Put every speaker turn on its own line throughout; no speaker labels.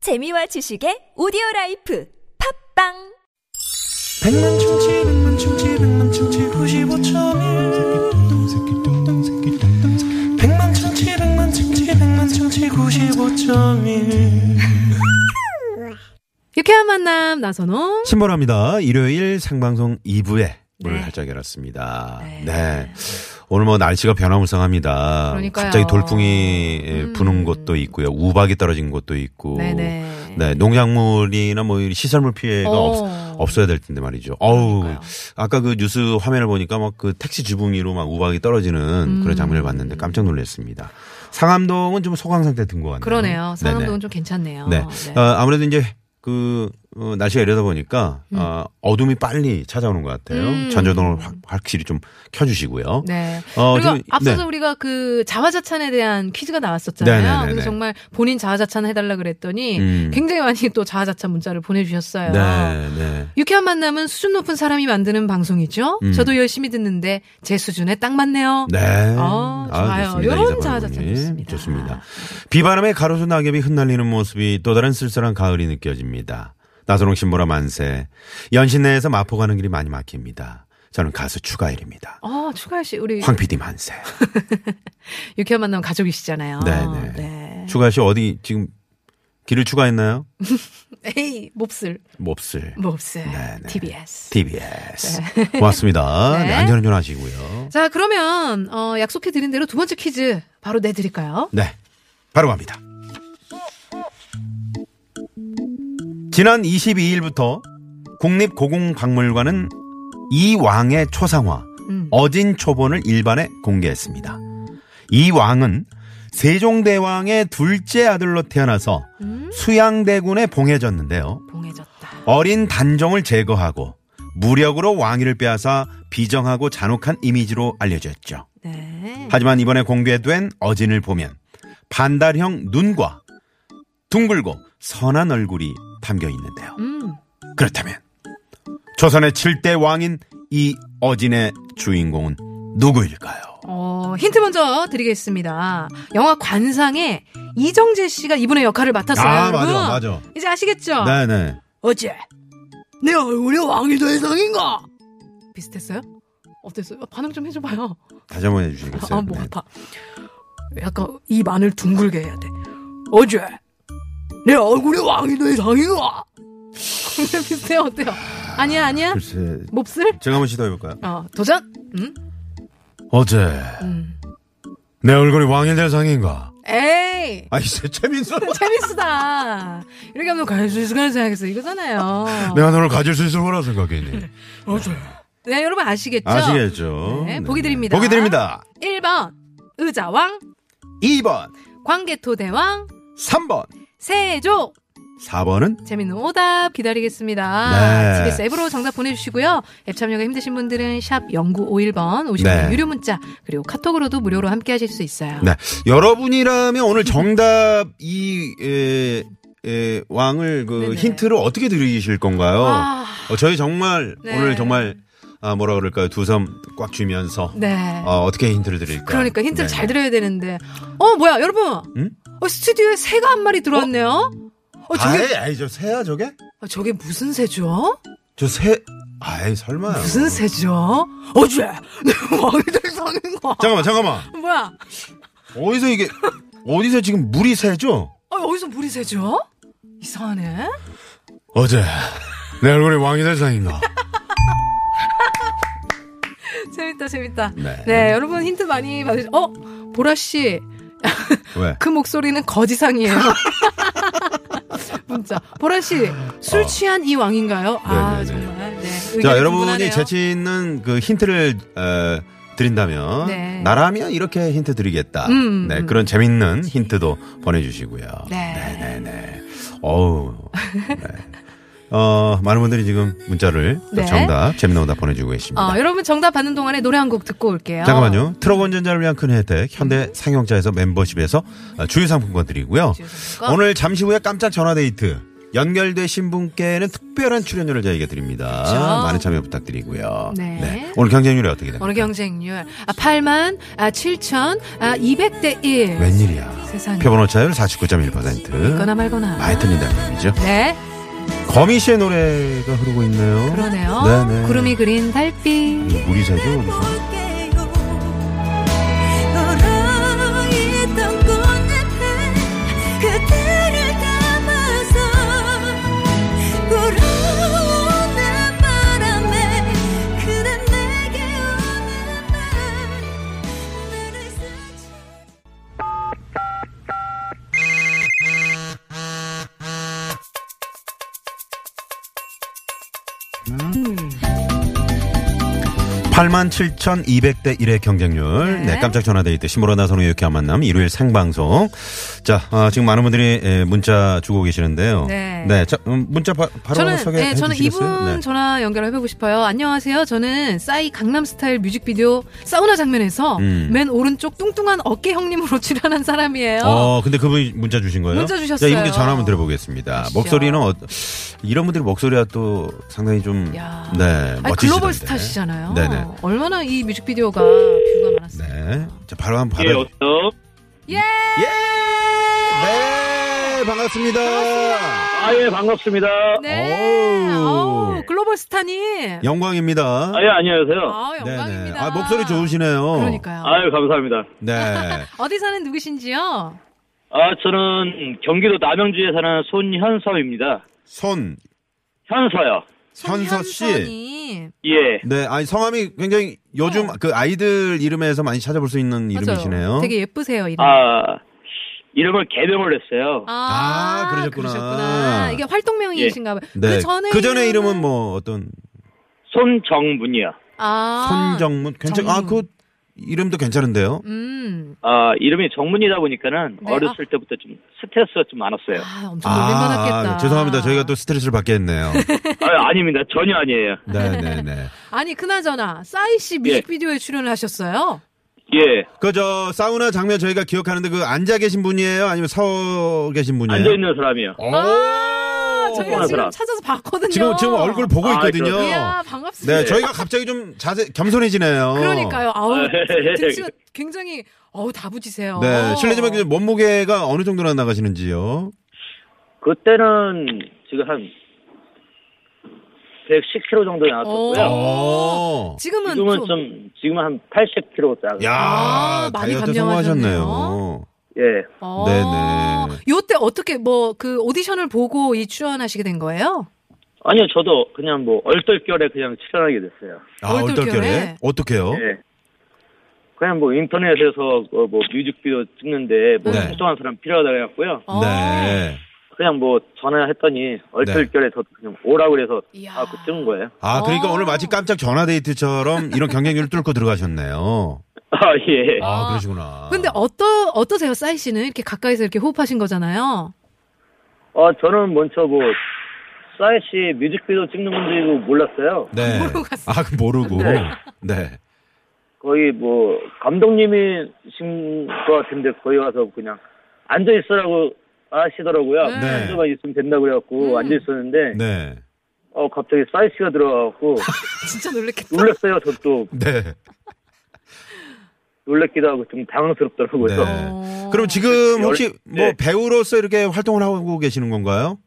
재미와 지식의 오디오 라이프 팝빵
백만 충치 백만 충치 백만 충치 구십오점일 백만 충치 백만 충치 백만 충치 구십오점일
유쾌한 만남 나선홍.
신보라입니다. 일요일 생방송 2부에 문을
네.
활짝 열었습니다.
네.
네. 오늘 뭐 날씨가 변화무쌍합니다.
그러니까요.
갑자기 돌풍이 예,
음.
부는 곳도 있고요. 우박이 떨어진 곳도 있고.
네네.
네, 농작물이나 뭐 이 시설물 피해가
어.
없, 없어야 될 텐데 말이죠. 어우,
그러니까요.
아까 그 뉴스 화면을 보니까 막 그 택시 주붕이로 막 우박이 떨어지는
음.
그런 장면을 봤는데 깜짝 놀랐습니다. 상암동은 좀 소강 상태 든 것 같네요.
그러네요.
음. 네네.
상암동은 좀 괜찮네요.
네. 어, 아무래도 이제 그 어, 날씨가 이러다 보니까 어, 어둠이 빨리 찾아오는 것 같아요.
음.
전조등을 확, 확실히 좀 켜주시고요.
네.
어,
그리고
지금-
앞서서
네.
우리가 그 자화자찬에 대한 퀴즈가 나왔었잖아요.
네네네네.
그래서 정말 본인 자화자찬 해달라 그랬더니
음.
굉장히 많이 또 자화자찬 문자를 보내주셨어요.
네, 네.
유쾌한 만남은 수준 높은 사람이 만드는 방송이죠.
음.
저도 열심히 듣는데 제 수준에 딱 맞네요.
네.
어, 좋아요. 요런 자화자찬 좋습니다.
이사방님. 좋습니다. 비바람에 가로수 낙엽이 흩날리는 모습이 또 다른 쓸쓸한 가을이 느껴집니다. 나선홍 신보라 만세. 연신 내에서 마포 가는 길이 많이 막힙니다. 저는 가수 추가일입니다.
어, 네. 추가열 씨, 우리
황 PD 만세.
유쾌한 만남 가족이시잖아요.
네네.
네.
추가일 씨 어디 지금 길을 추가했나요? 뭐
에이, 몹쓸.
몹쓸.
몹쓸.
네네.
TBS.
TBS. 고맙습니다.
네.
네, 안전운전 하시고요.
자, 그러면 어, 약속해 드린 대로 두 번째 퀴즈 바로 내드릴까요?
네. 바로 갑니다. 지난 22일부터 국립고궁박물관은 이 왕의 초상화,
음.
어진 초본을 일반에 공개했습니다. 이 왕은 세종대왕의 둘째 아들로 태어나서
음?
수양대군에 봉해졌는데요.
봉해졌다.
어린 단종을 제거하고 무력으로 왕위를 빼앗아 비정하고 잔혹한 이미지로 알려졌죠.
네.
하지만 이번에 공개된 어진을 보면 반달형 눈과 둥글고 선한 얼굴이 담겨 있는데요.
음.
그렇다면 조선의 7대 왕인 이 어진의 주인공은 누구일까요?
어, 힌트 먼저 드리겠습니다. 영화 관상에 이정재 씨가 이분의 역할을 맡았어요. 여러분. 이제 아, 아시겠죠?
아, 네네.
어제 내 얼굴이 왕이 더 이상인가? 비슷했어요? 어땠어요? 반응 좀 해줘봐요.
다시 한번 해주시겠어요?
아, 목
네.
아파. 약간 입 안을 둥글게 해야 돼. 어제 내 얼굴이 왕이 더 이상인가? 비슷해요, 어때요? 아니야, 아니야?
글쎄,
몹쓸?
제가 한번 시도해볼까요?
어, 도전? 응?
어제
음.
내 얼굴이 왕의 대상인가?
에이!
아이, 최민수.
재밌으다. 이렇게 하면 갈 수 있을 거라 생각했어. 이거잖아요.
내가 너를 가질 수 있을 거라 생각했니?
어제. 네, 여러분 아시겠죠?
아시겠죠?
네, 보기 드립니다.
보기 드립니다.
1번, 의자왕,
2번,
광개토대왕,
3번,
세조.
4번은
재밌는 오답 기다리겠습니다.
네.
집에서 앱으로 정답 보내주시고요. 앱 참여가 힘드신 분들은 샵 0951번 50원
네.
유료 문자 그리고 카톡으로도 무료로 함께 하실 수 있어요.
네. 여러분이라면 오늘 정답 이 에, 에, 왕을 그
네네.
힌트를 어떻게 드리실 건가요?
아.
어, 저희 정말
네.
오늘 정말 아, 뭐라 그럴까요? 두 손 꽉 쥐면서
네.
어, 어떻게 힌트를 드릴까?
그러니까 힌트를
네.
잘 드려야 되는데. 어, 뭐야, 여러분.
응?
어, 스튜디오에 새가 한 마리 들어왔네요. 어, 저게,
아이, 예? 아이 저 새야 저게?
어, 저게 무슨 새죠?
저 새. 아이 설마.
무슨 새죠? 어제 내 왕이들 성인 거.
잠깐만 잠깐만.
뭐야?
어디서 이게 어디서 지금 물이 새죠?
어, 어디서 물이 새죠? 이상하네.
어제 내 얼굴이 왕이 될 상인가?
재밌다, 재밌다.
네.
네, 여러분 힌트 많이 받으시, 어? 보라씨,
왜?
그 목소리는 거지상이에요. 문자. 보라씨, 술
어.
취한 이 왕인가요? 아,
네네네.
정말. 네.
자,
의견이
여러분이
분분하네요.
재치 있는 그 힌트를 에, 드린다면
네.
나라면 이렇게 힌트 드리겠다.
음,
네,
음.
그런 재밌는 힌트도 보내주시고요.
네.
네, 네, 네. 어우. 네. 어, 많은 분들이 지금 문자를 또
네.
정답, 재밌는 오답 보내주고 계십니다.
어, 여러분 정답 받는 동안에 노래 한 곡 듣고 올게요. 음.
잠깐만요. 트럭 운전자를 위한 큰 혜택, 현대 상용차에서 멤버십에서 주유상품권 드리고요.
주유상품권.
오늘 잠시 후에 깜짝 전화데이트 연결되신 분께는 특별한 출연료를 저희가 드립니다.
그렇죠.
많은 참여 부탁드리고요.
네.
오늘 경쟁률이 어떻게 됩니까?
오늘 경쟁률 아, 8만 아, 7천 아, 200대 1.
웬일이야.
세상에.
표본 오차율 49.1%.
거나 말거나.
많이 틀린다는 얘기죠.
네,
거미 씨의 노래가 흐르고 있네요.
그러네요.
네네.
구름이 그린 달빛.
이 물이 새죠.
볼게요 얼어있던 꽃잎에 그대를 담아서 불어오는 바람에 그대 내게 오는 날 나를 스쳐
팔만 7,200대 1의 경쟁률. 네.
네.
깜짝 전화데이트. 심으로 나선우 유쾌한 만남. 일요일 생방송. 자, 아, 지금 많은 분들이 예, 문자 주고 계시는데요.
네.
자, 음, 문자 바, 로
저는
소개해
네, 저는
주시겠어요?
이분 전화 연결을 해보고 싶어요. 안녕하세요. 저는 싸이 강남스타일 뮤직비디오 사우나 장면에서
음.
맨 오른쪽 뚱뚱한 어깨 형님으로 출연한 사람이에요.
어, 근데 그분이 문자 주신 거예요?
문자 주셨어요.
자, 이분께 전화 한번 들어보겠습니다.
아시죠?
목소리는 어, 이런 분들의 목소리가 또 상당히 좀
야.
네,
아니,
멋지시던데.
글로벌 스타시잖아요.
네네.
얼마나 이 뮤직비디오가 뷰가 많았어요.
네. 자, 바로 한번
예,
받아.
어서.
예.
예! 네, 반갑습니다.
아, 예, 반갑습니다.
네.
오우.
아우, 글로벌 스타님.
영광입니다.
아, 예, 안녕하세요.
아, 영광입니다.
아, 목소리 좋으시네요.
그러니까요.
아유, 감사합니다.
네.
어디 사는 누구신지요?
아, 저는 경기도 남영주에 사는 손현서입니다.
손,
현서요.
현서 씨.
손현선이. 네.
예.
네, 아니, 성함이 굉장히 요즘 그 아이들 이름에서 많이 찾아볼 수 있는
맞아요.
이름이시네요.
되게 예쁘세요, 이름.
아, 이름을 개명을 했어요.
아, 그러셨구나.
이게 활동명이신가 봐요.
네.
그 전에
그 전에 이름은 뭐 어떤
손정문이요.
아,
손정문 괜찮 아,
정문.
그 이름도 괜찮은데요.
음.
아, 이름이 정문이다 보니까는
네,
어렸을 때부터 좀 스트레스가 좀 많았어요.
아, 엄청 놀림 받았겠다.
그 죄송합니다. 저희가 또 스트레스를 받게 했네요.
아, 아닙니다. 전혀 아니에요.
네, 네, 네.
아니, 그나저나 싸이 씨 뮤직비디오에 출연을 하셨어요?
예.
그 저 사우나 장면 저희가 기억하는데 그 앉아 계신 분이에요? 아니면 서 계신 분이에요?
앉아있는 사람이요.
어?
오!
아, 저희가
어머나,
지금
사람.
찾아서 봤거든요.
지금 지금 얼굴 보고
아,
있거든요.
이야, 반갑습니다.
네, 저희가 어. 갑자기 좀 자세 겸손해지네요.
예. 그러니까요. 아우,
아, 예, 예.
등치가 굉장히 어우 다부지세요.
네, 실례지만 그 몸무게가 어느 정도나 나가시는지요?
그때는 지금 한 110kg 정도
어.
나왔었고요.
어. 오.
지금은,
지금은
좀,
좀, 지금은 한 80kg 짜리.
야,
아, 많이
다이어트
감량하셨네요.
성공하셨네요.
예.
어.
네네.
요때 어떻게 뭐 그 오디션을 보고 이 출연하시게 된 거예요?
아니요, 저도 그냥 뭐 얼떨결에 그냥 출연하게 됐어요.
아,
얼떨결에?
얼떨결에? 어떻게요?
예. 그냥 뭐 인터넷에서 어, 뭐 뮤직비디오 찍는데 뭐
네.
활동한 사람 필요하다 그래갖고요.
어.
네.
그냥 뭐 전화했더니 얼떨결에 저도 그냥 오라고 그래서
이야.
아, 그 찍은 거예요.
아, 그러니까
어.
오늘 마치 깜짝 전화 데이트처럼 이런 경쟁률을 뚫고 들어가셨네요.
아, 예.
아,
아.
그러시구나.
근데 어떠 어떠세요, 싸이 씨는 이렇게 가까이서 이렇게 호흡하신 거잖아요.
어, 저는 먼저 뭐, 싸이 씨 뮤직비디오 찍는 건지도 몰랐어요.
네.
모르고 갔어요.
아, 그 모르고.
네.
네.
거의 뭐, 감독님이신 것 같은데 거기 와서 그냥 앉아있으라고 하시더라고요.
네. 음.
앉아만 있으면 된다고 그래갖고 앉아있었는데,
네.
어, 갑자기 싸이 씨가 들어와갖고,
진짜 놀랬겠다.
놀랐어요, 저도.
네.
놀랬기도 하고 좀 당황스럽더라고요.
네.
어.
그럼 지금 혹시 뭐
네.
배우로서 이렇게 활동을 하고 계시는 건가요?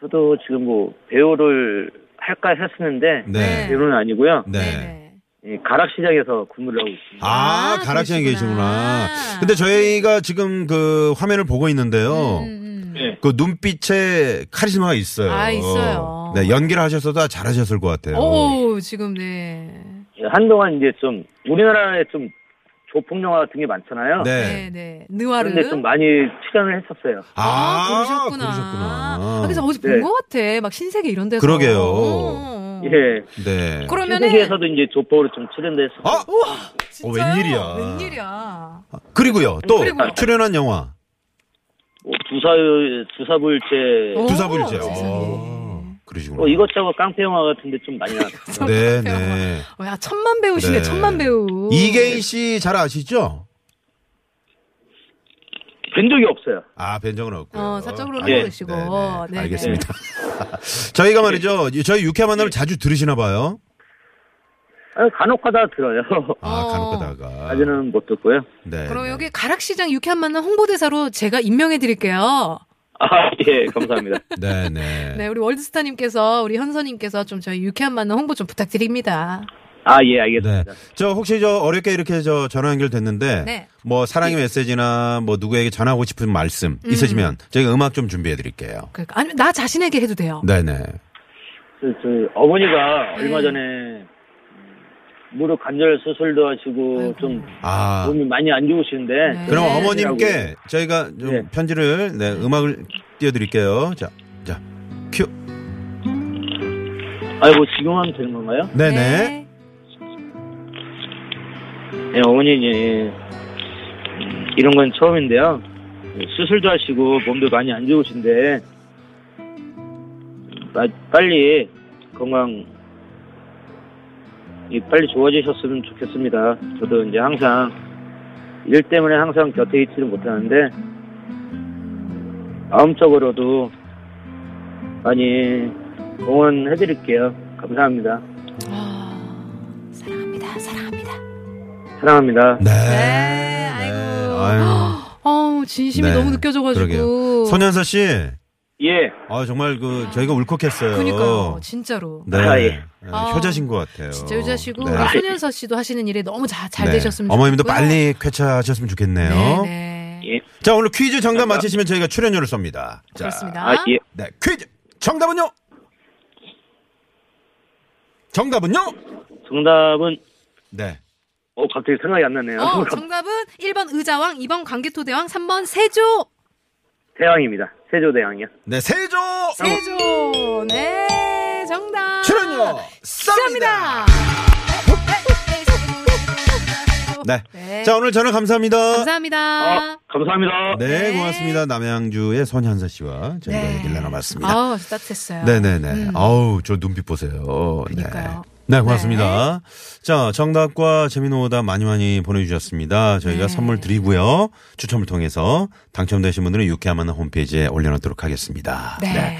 저도 지금 뭐 배우를 할까 했었는데
네.
배우는 아니고요.
네.
이 가락시장에서 근무를 하고 있습니다.
아,
아,
가락시장에
그러시구나.
계시구나. 근데 저희가 지금 그 화면을 보고 있는데요.
음, 음.
네.
그 눈빛에 카리스마가 있어요.
아, 있어요.
네, 연기를 하셨어도 잘하셨을 것 같아요.
오, 지금 네.
예, 한동안 이제 좀 우리나라에 좀 조폭 영화 같은 게 많잖아요.
네.
네, 네. 느와르.
그런데 좀 많이 출연을 했었어요.
아, 그러셨구나.
그러셨구나.
아, 그래서 어제
네.
본 것 같아. 막 신세계 이런 데서.
그러게요. 음.
어, 어.
예.
네.
그러면은
신세계에서도 이제 조폭으로 좀 출연도 했었고
아,
진짜요?
웬일이야. 아,
웬일이야.
그리고요. 또
그리고요.
출연한 영화.
뭐 두사 두사불제
오,
두사불제.
세상에.
아, 그러시구나.
뭐 이것저것 깡패 영화 같은데 좀 많이 나왔어요.
네, 네.
어, 야, 천만 배우시네,
네.
천만 배우.
이계인 씨 잘 아시죠?
뵌 적이 없어요.
아, 변정은 없고요. 아,
어, 사적으로는
예.
모르시고.
네네.
네네.
알겠습니다.
예.
저희가 말이죠. 저희 육회 만남을 자주 들으시나 봐요.
아, 간혹 하다 들어요.
아,
어.
간혹 가다가.
아직은 못 듣고요.
네.
그럼
네.
여기 가락시장 유쾌한 만남 홍보대사로 제가 임명해 드릴게요.
아, 예, 감사합니다.
네, 네.
네, 우리 월드스타님께서 우리 현서님께서 좀 저희 유쾌한 만남 홍보 좀 부탁드립니다.
아, 예,
네.
알겠습니다.
저 혹시 저 어렵게 이렇게 저 전화 연결됐는데
네.
뭐 사랑의 메시지나 뭐 누구에게 전하고 싶은 말씀
음.
있으시면 저희가 음악 좀 준비해 드릴게요.
그러니까 아니면 나 자신에게 해도 돼요.
네, 네.
저, 저희 어머니가
네.
얼마 전에 음, 무릎 관절 수술도 하시고 좀
아.
몸이 많이 안 좋으신데
네.
그럼
네.
어머님께 저희가 좀
네.
편지를 네, 음악을 띄워 드릴게요. 자. 자. 큐.
아이고 지금 하면 되는 건가요?
네, 네.
네, 어머니 이제 이런 건 처음인데요. 수술도 하시고 몸도 많이 안 좋으신데 빠- 빨리 건강 이 빨리 좋아지셨으면 좋겠습니다. 저도 이제 항상 일 때문에 항상 곁에 있지를 못하는데 마음적으로도 많이 응원해드릴게요. 감사합니다.
음.
아, 사랑합니다. 사랑합니다.
사랑합니다.
네.
네, 아이고. 어우, 진심이
네,
너무 느껴져 가지고.
그러게요. 손현서 씨.
예.
아, 정말 그 저희가 울컥했어요.
그니까요. 진짜로.
네.
아, 예.
네,
아,
효자신 것 같아요.
진짜 여자시고
네.
우리 손현서 씨도 하시는 일이 너무 자, 잘
네.
되셨으면 좋겠고요.
어머님도 빨리 쾌차하셨으면 좋겠네요.
네, 네.
예.
자, 오늘 퀴즈 정답 맞히시면 저희가 출연료를 쏩니다. 자,
그렇습니다.
아, 예.
네, 퀴즈 정답은요? 정답은요?
정답은
네.
어 갑자기 생각이 안 나네요.
어, 정답은 1번 의자왕, 2번 광개토대왕, 3번 세조.
대왕입니다. 세조 대왕이요.
네, 세조
세조. 네, 정답.
출연료
감사합니다.
쏩니다. 네. 자, 오늘 전화 감사합니다.
감사합니다.
아, 감사합니다.
네.
네, 고맙습니다. 남양주의 손현서 씨와 저희가
네.
얘기를 나눠봤습니다.
아우, 따뜻했어요. 음.
네네네. 아우, 저 눈빛 보세요.
그러니까요.
네. 네, 고맙습니다. 자, 정답과 재미노 오답 많이 많이 보내주셨습니다. 저희가
네.
선물 드리고요. 추첨을 통해서 당첨되신 분들은 유쾌한 만남 홈페이지에 올려놓도록 하겠습니다.
네.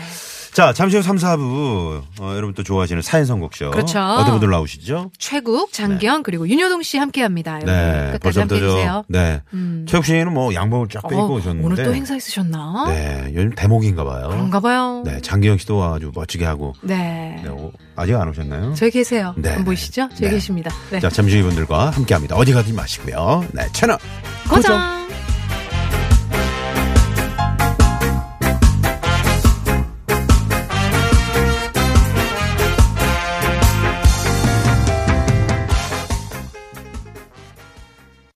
자, 잠시 후 3, 4부, 어, 여러분 또 좋아하시는 사연 선곡쇼.
그렇죠.
어떤 분들 나오시죠?
최국, 장기영, 그리고 윤효동 씨 함께 합니다.
네,
끝까지 함께 해주세요.
네.
음.
최욱 씨는 뭐 양복을 쫙 빼입고
어,
오셨는데.
오늘 또 행사 있으셨나?
네, 요즘 대목인가 봐요.
그런가 봐요.
네, 장기영 씨도 아주 멋지게 하고.
네.
네, 오, 아직 안 오셨나요?
저기 계세요.
네.
안 보이시죠? 저기
네.
계십니다. 네.
자, 잠시 후 이분들과 함께 합니다. 어디 가지 마시고요. 네, 채널.
고정.